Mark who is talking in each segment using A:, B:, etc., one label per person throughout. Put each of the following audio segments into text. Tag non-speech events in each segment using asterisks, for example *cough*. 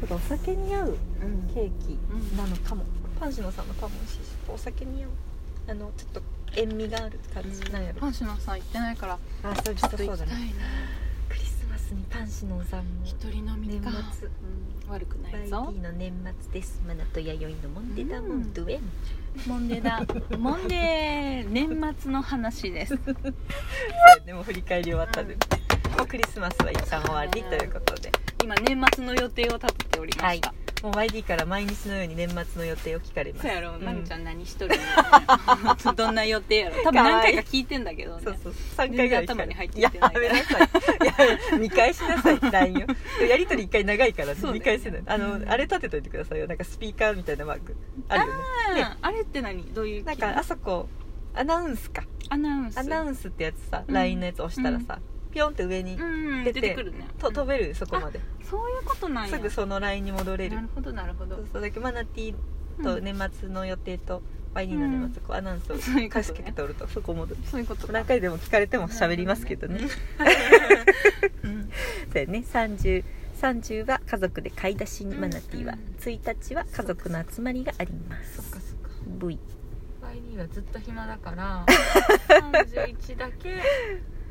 A: だからお酒に合う
B: うん
A: ケーキなのかも、
C: パンシノさんのパンも美味しいしお酒に合うあのちょっと塩味がある感じ、なんやろ
B: パンシュのさん行ってないから
A: あそう
B: ちょっと行
A: そう
B: きた
A: だ
B: いね
A: ね
C: クリスマスにパンシノさんも
B: 一人飲みか
C: 年末
B: うん悪くな
C: バイ
B: い
C: ビ
B: ぞ
C: ーの年末ですマナと弥生のモンデダモンドゥエン
B: モンデーだモンデー年末の話です
C: でも振り返り終わったので、もうクリスマスは一旦終わりということで
B: 今年末の予定を立てておりました、
C: もう YD から毎日のように年末の予定を聞かれます
B: そうやろ、
C: ん
B: まるちゃん何しとるのどんな予定やろ多分何回か聞いてんだけどね
C: そうそう3回ぐらい聞かれ
B: 全然頭に入ってきてないから
C: やめなさい
B: *laughs*
C: いや見返しなさい LINE をやり取り1回長いから、
B: そうだよね
C: 見返せないあの、
B: うん
C: あれ立てといてくださいよなんかスピーカーみたいなマークあるよね
B: うん
C: ね
B: あれって何どういう
C: なんかあそこアナウンスか
B: アナウンス
C: アナウンスってやつさ、
B: うん
C: LINE のやつ押したらさ、ピョンって上に、
B: うん
C: 出
B: 出
C: て
B: てくるね
C: と飛べるそこまで
B: そういうことなんや
C: すぐその LINE に戻れる
B: なるほどなるほど
C: そうそうだけどマナティー
B: う
C: と
B: ん
C: 年末の予定とワイニーの年末こうアナウンスを
B: そういうことね
C: 貸し切って取るとそこ戻る
B: そういうこと
C: 何回でも聞かれても喋りますけどね *laughs*
B: うん
C: そうやね3030は家族で買い出しに
B: うん
C: マナティーは、
B: うん
C: 1日は家族の集まりがあります
B: そっかそっか
C: V
B: ワイニーはずっと暇だから31だけ、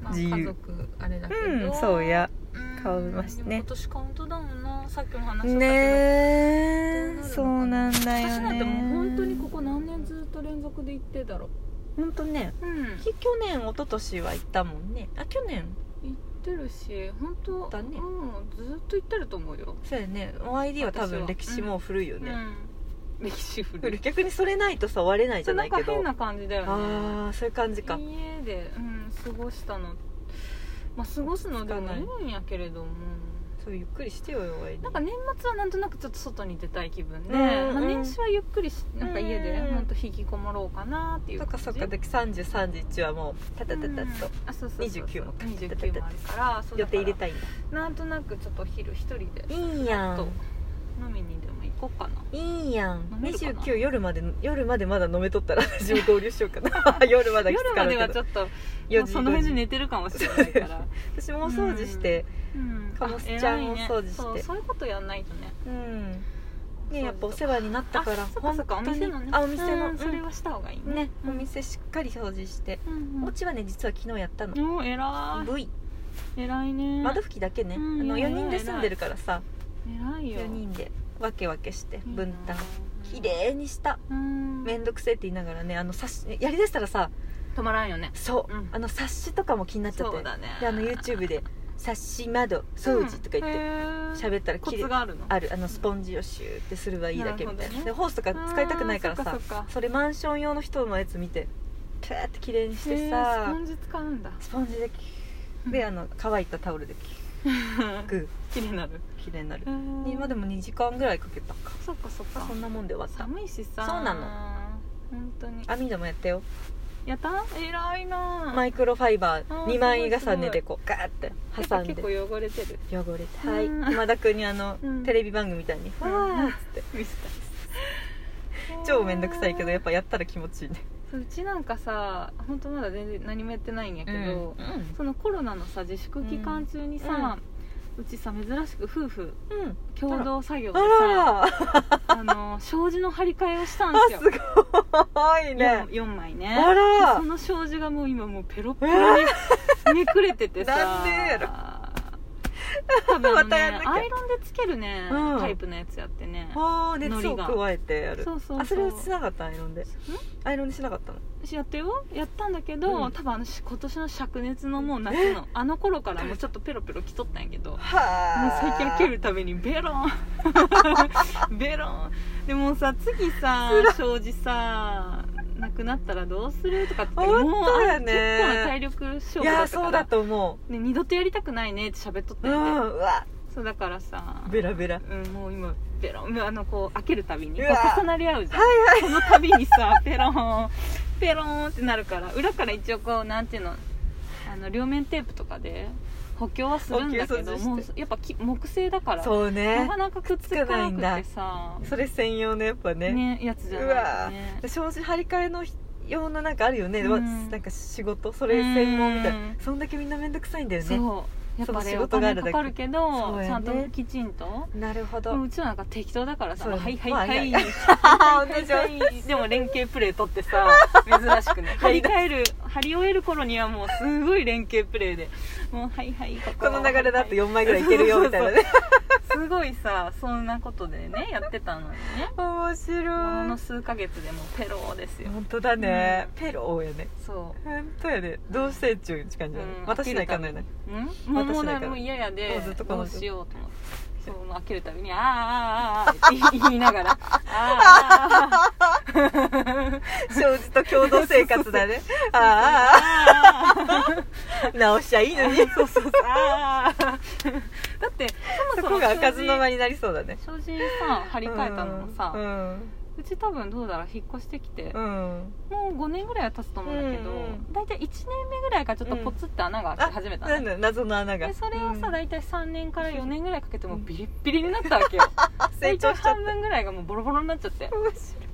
B: まあ、
C: 自由
B: 家族あれだけ
C: う
B: ど、
C: んそうや
B: うん
C: 顔見ましたね
B: でも今年カウントダウンなさっきも話したけど、
C: ねえ
B: どうなるのかな
C: そうなんだよね
B: 私なんてもう本当にここ何年ずっと連続で行ってたろ
C: 本当ね
B: うん
C: き去年一昨年は行ったもんねあ去年
B: 行ってるし本当
C: だね
B: うんずっと行ってると思うよ、
C: そうやね YD は多分歴史もう古いよね、
B: うん、歴史古
C: 古い
B: い
C: 逆にそれないとさ割れないじゃな
B: なん
C: い
B: か
C: けど
B: 変な感じだよね
C: ああそういう感じか
B: 家で、うん、過ごしたのまあ過ごすのでもいいんやけれども
C: そうゆっくりしてよよ YD
B: なんか年末はなんとなくちょっと外に出たい気分で、
C: うんうん
B: まあ年始はゆっくりしなんか家で
C: うん
B: ほんと引きこもろうかなっていう
C: そっ
B: 感
C: か
B: じ
C: そっかで3031はもうタタタタッと
B: うんあそうそうそう
C: 29も
B: 29もあるからそう
C: 予
B: だ
C: 定
B: から
C: 入れたいん
B: なんとなくちょっとお昼一人で
C: だいいや
B: と飲みにでも行こうかない
C: いやん
B: 飲めるかな
C: 29夜まで夜までまだ飲めと
B: *laughs*
C: ったら自分合流しようかな夜まで
B: 夜まではちょっともうその辺で寝てるかもしれないから、
C: 私もお掃除して
B: うん
C: カモスちゃんを
B: あ偉いね
C: 掃除して
B: そうそういうことやんないとね
C: うんねやっぱお世話になったから
B: あそっかそっかお
C: 本当に
B: 店のね
C: あお店の
B: うんそれはした方がいい
C: うんね
B: うん
C: お店しっかり掃除して
B: うん
C: お家はね実は昨日やったの
B: うんお偉
C: V
B: い偉いね
C: 窓拭きだけねあ
B: うん
C: の
B: 偉い
C: 4人で住んでるからさ
B: 偉いよ
C: 4人で分け分けして
B: いいな
C: 分担綺麗にした
B: うん
C: 面倒くせえって言いながらねあの冊子やりだしたらさ
B: 止まらんよね
C: そう、
B: うん
C: あの冊子とかも気になっちゃっ
B: そ
C: て
B: うだね
C: であの YouTube で「冊子窓掃除」とか言って
B: て
C: 喋ったら
B: コ
C: 綺
B: ツ
C: 麗
B: があるの
C: あるあのスポンジをシューってすればいいだけみたいな
B: なるほどね
C: でホースとか使いたくないから
B: あーそ
C: さ
B: っそっか
C: それマンション用の人のやつ見てプーって綺麗にして
B: へース
C: さ
B: ポンジ
C: *laughs*
B: 使うんだ
C: スポンジでキューであの乾いたタオルでキューグ
B: 綺麗になる
C: ー綺麗になる今
B: 今
C: でも2時間ぐらいかけたか
B: そっかそっか
C: そんなもんで終わった
B: 寒いしさ
C: そうなの
B: 本当に
C: 網戸もやったよ
B: やった偉いな
C: マイクロファイバー
B: あー
C: 2枚重ね
B: すごいすご
C: で
B: い
C: こうガーって挟んで
B: 結構汚れてる
C: 汚れてはい
B: うん
C: 今田君にあの、
B: うん
C: テレビ番組みたいに「
B: ん
C: わーっつって
B: 見せた
C: 超面倒くさいけどやっぱやったら気持ちいいね
B: そううちなんかさ本当まだ全然何もやってないんやけど、そのコロナのさ自粛期間中にさ、うちさ珍しく夫婦
C: うん、うん
B: 共同作業で
C: あ
B: さ
C: ら
B: あ
C: ら
B: の障子の張り替えをしたん
C: あ
B: ですす
C: ご
B: よ
C: いね
B: 4, 枚ね
C: あら
B: でその障子がもう今もうペロッペロにめくれててさ
C: なんでやろ
B: 多分あの
C: ま
B: ね
C: たやんなきゃ
B: アイロンでつけるね、
C: うん
B: タイプのやつやってね
C: あー熱を
B: 海苔が
C: 加えてやる
B: そうそうそう
C: あそれをしなかったアイロンでアイロンでしなかったの
B: 私やってよやったんだけど、
C: うん
B: 多分あのし今年の灼熱のもう
C: *laughs*
B: 夏のあの頃からもうちょっとペロペロきとったんやけどもう
C: は
B: 最近切るためにベロ
C: *laughs*
B: ンベロンでもさ次さ障子さなくなったらどうするとかって言って
C: 本
B: もう
C: 当
B: あ
C: や
B: れ結
C: ね
B: 構な体力勝負
C: い
B: だ
C: や
B: っ
C: ー
B: たか
C: そう
B: ら
C: だと思
B: ね、二度とやりたくないねって喋っとっ
C: う
B: た
C: う
B: よね、
C: んうわ
B: そうだからさ
C: ベラベラ
B: うん、もう今ペロンあのこう開けるたびにこ
C: う
B: う
C: わ
B: 重なり合うじゃん、そのたびにさ *laughs* ペロンペロンってなるから裏から一応こうなんていうのあの両面テープとかで補強はするんだけ
C: 補強
B: ど
C: 掃除
B: もう
C: して
B: やっぱき木製だから
C: そう
B: な
C: ね
B: かなかくっつかなくてさ
C: それ専用のやっぱね
B: ねやつじゃ
C: う
B: な
C: わ
B: いよね
C: ー障子張り替えの用のなんかあるよね、
B: うん
C: なんか仕事それ専門みたいな
B: うん
C: そんだけみんな面倒くさいんだよね
B: そうやっぱ
C: そ
B: ね
C: の
B: お
C: 仕事があ
B: 金
C: るだ
B: か
C: け
B: かるけ
C: そうや
B: ど、
C: ね
B: ちゃんときちんと
C: なるほ
B: で
C: ど、 *laughs*
B: もうちのなんか適当だからさ「
C: そうや
B: はい
C: ね
B: はいはい
C: まあ
B: はいい」
C: やいや
B: はいはいでも連携プレー取ってさ珍しくね *laughs* 張り替える張り終える頃にはもうすごい連携プレーでもう「はいはいこ
C: この流れだと
B: よ
C: 4枚ぐらいいけるよみたいなね
B: すごいさそんなことでねやってたのにね
C: 面
B: もの
C: 白
B: の
C: い
B: 数ヶ月でもうペローですよ
C: 本当だね、ペローやね
B: そ
C: 本当やねどうしてっちゅう感じだね、
B: うん
C: 私ないかんのよね
B: ううんもうも
C: 私
B: う
C: だ
B: だ
C: から
B: もう嫌や
C: も
B: で
C: うずっとこ
B: ど
C: の
B: う
C: 人
B: しようと思ってそうもう開けるたびに「あーあーあーあー」って言いながら「あーあーあーあー
C: 障子と共同生活だ
B: *laughs*
C: ねあ
B: あー」
C: あ直しちゃいいのに
B: *laughs* そうそうそうああだって
C: そ
B: そもそも
C: こが開かずの間
B: に
C: になりそうだね
B: 障子さ張り替えたのもさ、
C: う
B: うんち多分どうだろう引っ越してきて、
C: うん
B: もう5年ぐらいは経つと思うんだけど、
C: うんうん
B: 大体1年目ぐらいからちょっとポツって穴が開き始めたの、
C: なんだ謎の穴が
B: でそれを
C: う
B: さ
C: ん
B: 大体3年から4年ぐらいかけてもうビリッビリになったわけよ
C: あ *laughs* 成
B: 大
C: 長
B: 体
C: しちゃっ
B: 半分ぐらいがもうボロボロになっちゃって
C: た面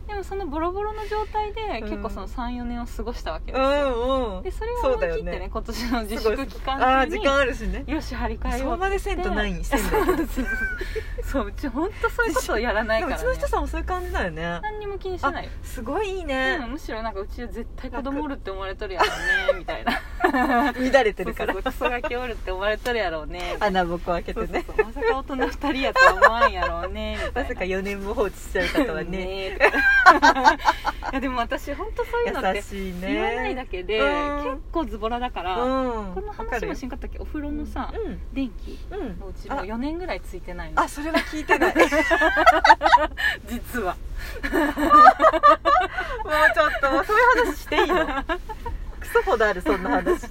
B: でもそのボロボロの状態で
C: うん
B: 結構その34年を過ごしたわけですよ、
C: 白いうんうん
B: でそれを
C: そ
B: 思
C: うだ
B: い
C: よ
B: 切ってね
C: ね
B: 今年の自
C: すごい
B: 粛期間
C: あ
B: 中
C: あ時
B: に
C: 間あるしね
B: よし張り替えよう
C: そこまでせんとないんしてんだ
B: そ
C: よ
B: う *laughs* そうそうそううち本当そういうことをやらない
C: で
B: か
C: も
B: ら、
C: う
B: ね、
C: ちの人さんもそういう感じだよね
B: 何にも気にしてないよ、
C: すごいいい
B: うん
C: ね
B: むしろなんかうちは絶対子供おるって思われとるやろうねみたいな
C: 乱れて
B: そ
C: る
B: う
C: か
B: そう
C: ら
B: そうクソガキおるって思われとるやろうねみたいな
C: 穴ぼこ開け
B: そ
C: て
B: うそう
C: ね
B: そうまさか大人2人やとは思わんやろうねみた
C: ま
B: いな
C: さか4年も放置しちゃう方はね
B: ねえいやでも私本当そういうのって
C: 優しいね
B: 言わないだけで、
C: うん
B: 結構ズボラだか
C: う
B: ら、
C: ん
B: この
C: わか
B: 話
C: る
B: も
C: よ
B: しんかったっけお風呂のさ、
C: うん
B: 電気
C: うん
B: うちもう4年ぐらいついてないの
C: あそれは聞いて
B: *laughs*
C: ないもう
B: 実は
C: ちょっともうそういう話してい
B: *laughs*
C: いのクソほどあるそんな話帰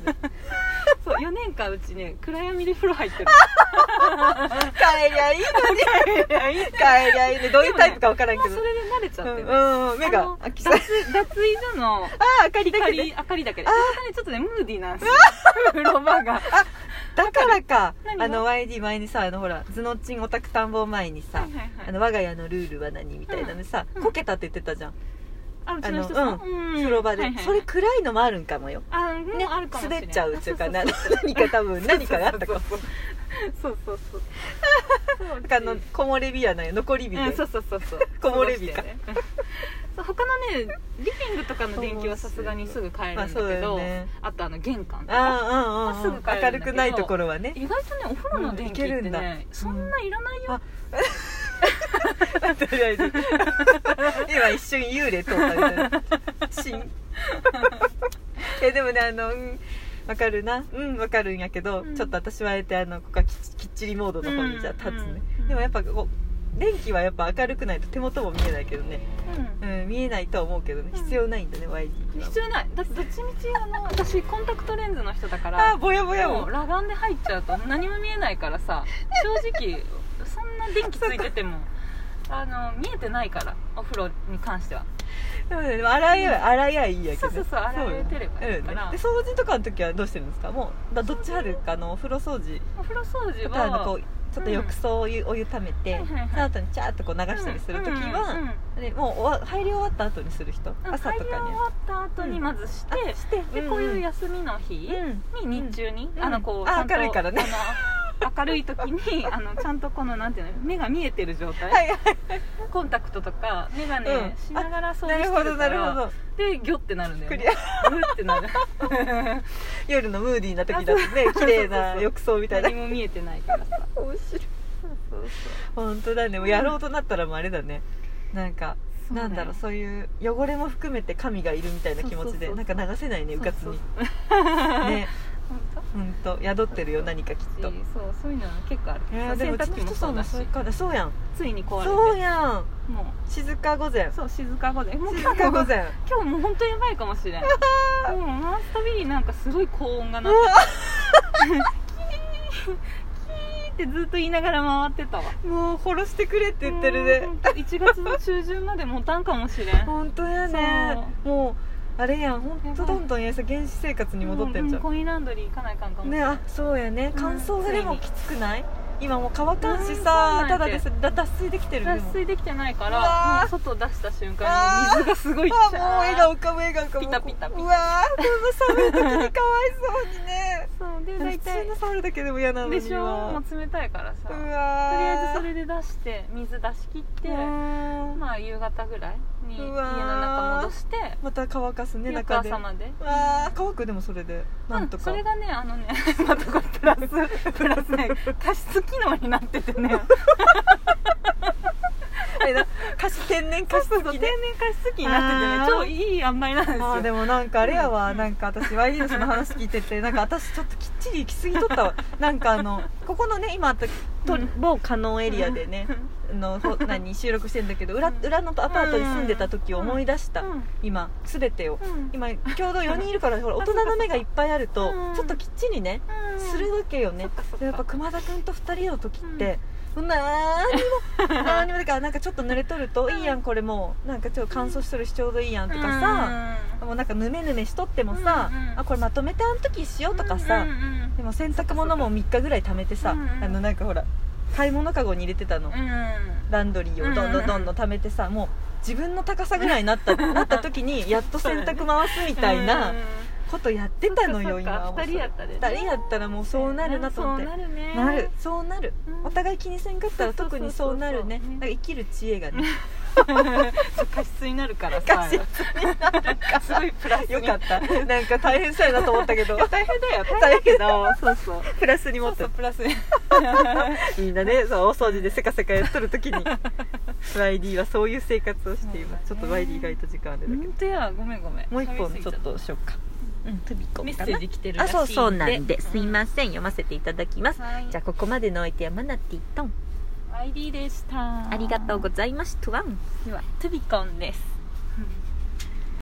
B: そう4年間うちね暗闇で風呂入ってる
C: りゃいいのに帰りゃいいねどういうタイプか分からんけ
B: そ
C: ど、
B: れで慣れちゃってね、
C: うんうん目
B: あ
C: が
B: の
C: あき
B: 脱
C: さあ
B: 脱衣所の
C: 明かりだけ
B: 光
C: で
B: 明かりだけで本当にちょっとねムーディーなんですよ風呂場が
C: だからか
B: 何が
C: あの YD 前にさあのほら頭脳チンオタク探訪前にさ、
B: はいはいはい
C: あの我が家のルールは何みたいなのさ、
B: うん
C: こけたって言ってたじゃん、
B: あうちの人
C: あ
B: さ
C: の
B: うん
C: 風呂場で、
B: はいはいはい
C: それ暗いのもあるんかもよ、
B: あもうあるかもしれない
C: 滑っちゃうっていうかな *laughs*
B: そ
C: 何か多分何かがあったかも
B: そうそうそうそう
C: あの木漏れ日やない残り日で、
B: うん、そうそうそうそう
C: こぼれ日か
B: そうしてねうんそう他のねリビングとかの電気はさすがにすぐ変えるんだけ
C: まあそうだ
B: ど、
C: よ
B: あ
C: ね
B: とあの玄関とか
C: ああうんうんうん
B: まあすぐ帰るんだ
C: 明
B: け
C: る
B: ど
C: くないところはね
B: 意外とねお風呂の電気っ
C: うんいける
B: て
C: んだ
B: ね、そんないらないよ、
C: あとりあえず *laughs* 今一瞬幽霊通ったみたい
B: *laughs*
C: なシーン *laughs* えでもねあのうんわかるなうんわかるんやけど、
B: うん
C: ちょっと私はあえてあのここはきっきっちりモードの方にじゃあ立つね、
B: うんうん
C: でもやっぱこう電気はやっぱ明るくないと手元も見えないけどね、うん、見えないとは思うけどね
B: うん
C: 必要ないんだね、ワイ YG
B: うん、
C: は
B: 必要ないだってどっちみちあの私コンタクトレンズの人だか
C: あ
B: ら
C: ーぼやぼやも
B: もう裸眼で入っちゃうと何も見えないから
C: *laughs*
B: さ正直そんな電気ついててもあの見えてないからお風呂に関しては
C: でもねでも洗えば洗えばいいやけど
B: そうそうそう洗えてればいいから
C: うんねで掃除とかの時はどうしてるんですかもうだどっちあるかあのお風呂掃除
B: お風呂掃
C: あ
B: 除
C: とあの
B: は
C: こうちょっと浴槽をお湯,、お湯ためて、
B: はいはいはい
C: その後にチャーッとこう流したりする時は、
B: うんうんうん
C: でもう終わ入り終わった後にする人、朝と
B: 入り
C: か
B: 終わった後にまずして、
C: して
B: で
C: うん
B: こういう休みの日
C: に、うん、
B: に日中に、
C: うん
B: あのこう
C: あ
B: ちゃんと
C: 明るいからね
B: あの明るい時
C: *laughs*
B: にあのちゃんとこのなんていうの目が見えてる状態、
C: はいはい
B: コンタクトとか眼鏡
C: うん
B: しながら掃除
C: なる
B: してる
C: ほ
B: か
C: ど
B: ら
C: なるほど
B: でギョってなるんだよ、
C: ク
B: ね、
C: リア
B: グってなる
C: 夜のムーディーな時だとね綺麗な浴槽みたい
B: *laughs*
C: な
B: 何も見えてないからさ
C: 面白い
B: そう
C: 本当だねもうやろうとなったらもうあれだねなんか
B: そうだ
C: な
B: よ
C: んだろうそういう汚れも含めて神がいるみたいな気持ちで
B: そうそうそう
C: なんか流せないねうかつに
B: *laughs*
C: ね
B: 本当
C: うんと宿ってるよ何かきっと
B: そうそういうの結構ある、
C: えーでも
B: 洗
C: うち
B: 濯
C: の
B: 機も
C: 人さ
B: そ
C: ん
B: う
C: も
B: だ
C: そ
B: し
C: ういうかそうやん
B: ついに壊れ
C: そう
B: て
C: や
B: もうん
C: 静か午前
B: そう静か午前もう
C: 静
B: 今日
C: か
B: も
C: 午前
B: 今日もう本当やばいかも
C: *laughs*
B: しれんもう回すたびになんかすごい高音が
C: う
B: 鳴っ
C: わ
B: ててずっと言いながら回ってたわ
C: もう殺してくれって言ってるね
B: うん1月の中旬まで持たんかもしれん
C: 本当やねもうあれやん本当どんどんやさ原始生活に戻ってんじゃ
B: ううコ
C: ん
B: インランドリー行かないかんかもしれ
C: ね
B: ん
C: あそうやね
B: うん
C: 乾燥がでもきつくない今もう乾かんし
B: う
C: さ
B: ん
C: ただでさだ脱水できてるでも
B: 脱水できてないか
C: うわー
B: らもう外出した瞬間に水がすごい
C: あもう
B: ジャー
C: 笑顔かも笑顔かも
B: ピタピタピタ
C: うわーこの寒い時にかわいそうにね
B: そうで
C: 普
B: 大
C: 通
B: 体
C: の触るだけでも嫌なのに
B: でしょもう冷たいからさ
C: う
B: と
C: わ
B: り
C: ー
B: あえずそれで出して水出し切って
C: うーん
B: まあ夕方ぐらいに家
C: う
B: の
C: わー
B: 中戻して
C: また乾かすね
B: 翌
C: 中で
B: 朝まで
C: あー乾くでもそれでなんと
B: うん
C: か、
B: それがねあのね *laughs* またこれプラスプラスね加湿機能になっててね
C: あれだ加湿天然加
B: 加
C: 湿
B: 湿
C: 器
B: と天
C: ね
B: 然加湿器になっててね
C: あー
B: 超いい塩梅なんです
C: あー
B: よ
C: でもなんかあれやわなんか私 YD のその話聞いててなんか私ちょっときっちり行き過ぎと
B: *laughs*
C: ったわなんかあのここのね今あったと
B: うん
C: 某カノンエリアでねあのほ何収録してんだけど裏裏のアパートに住んでた時を思い出した
B: うん
C: 今全てを
B: うん
C: 今共同4人いるからほら大人の目がいっぱいあると
B: うん
C: ちょっときっちりね
B: うん
C: するわけよね
B: そっかそっか
C: やっぱ熊田君と2人の時って、な
B: *laughs*
C: ーにもなーにもだからなんかちょっと濡れとると、いいやんこれもうなんかちょっと乾燥しとるしちょうどいいやんとかさ、もうなんかヌメヌメしとってもさ、
B: うんうん
C: あこれまとめてあの時しよ
B: う
C: うんとかさ、
B: うんうん
C: でも洗濯物も3日ぐらい貯めてさ、
B: うんうん
C: あのなんかほら買い物かごに入れてたの、
B: うんうん
C: ランドリーをどんどんどんどん貯めてさもう自分の高さぐらいになった
B: *laughs*
C: なった時にやっと洗濯回すみたいな
B: うんうん
C: ことやってたのよ
B: そっか
C: 今もう
B: そっか
C: それ
B: 二人やったでね
C: 二人やったらもうそうなるなと思って
B: そうなるね
C: なるそうなる、
B: うん
C: お互い気にせんかったら
B: そうそ
C: 特
B: うそうそう
C: にそうなるね
B: ね
C: なんか生きる知恵がね
B: そう加湿になるから
C: ガ
B: さ
C: チになるか
B: *laughs* すごいプラスに
C: よかったなんか大変そうやなと思ったけど
B: 大
C: *laughs*
B: 変だよ大変だけど *laughs* そうそう
C: プラスに
B: そ
C: 持
B: う
C: っ
B: そ
C: て
B: うプラスに
C: みんなねそうお掃除でせかせかやっとる時
B: *laughs*
C: に YD はそういう生活をしていますち
B: そ
C: ょ
B: う
C: っ
B: だ
C: と
B: ね
C: YD がいた時間あれだけど
B: 本当やごめんごめん
C: もう一本
B: 喋り
C: ち
B: す
C: ょ
B: ぎ
C: っ
B: ゃた
C: としようかうん飛び込
B: メ
C: み
B: ッセージ来てるら
C: あ
B: しい
C: そうそうなんですいま
B: せ
C: せん読ませていただきます
B: はい
C: じゃあここまでのお相手はマナティトン
B: ID でした
C: ありがとうご
B: ざ
C: ざ
B: い
C: いました
B: ますトゥビコンです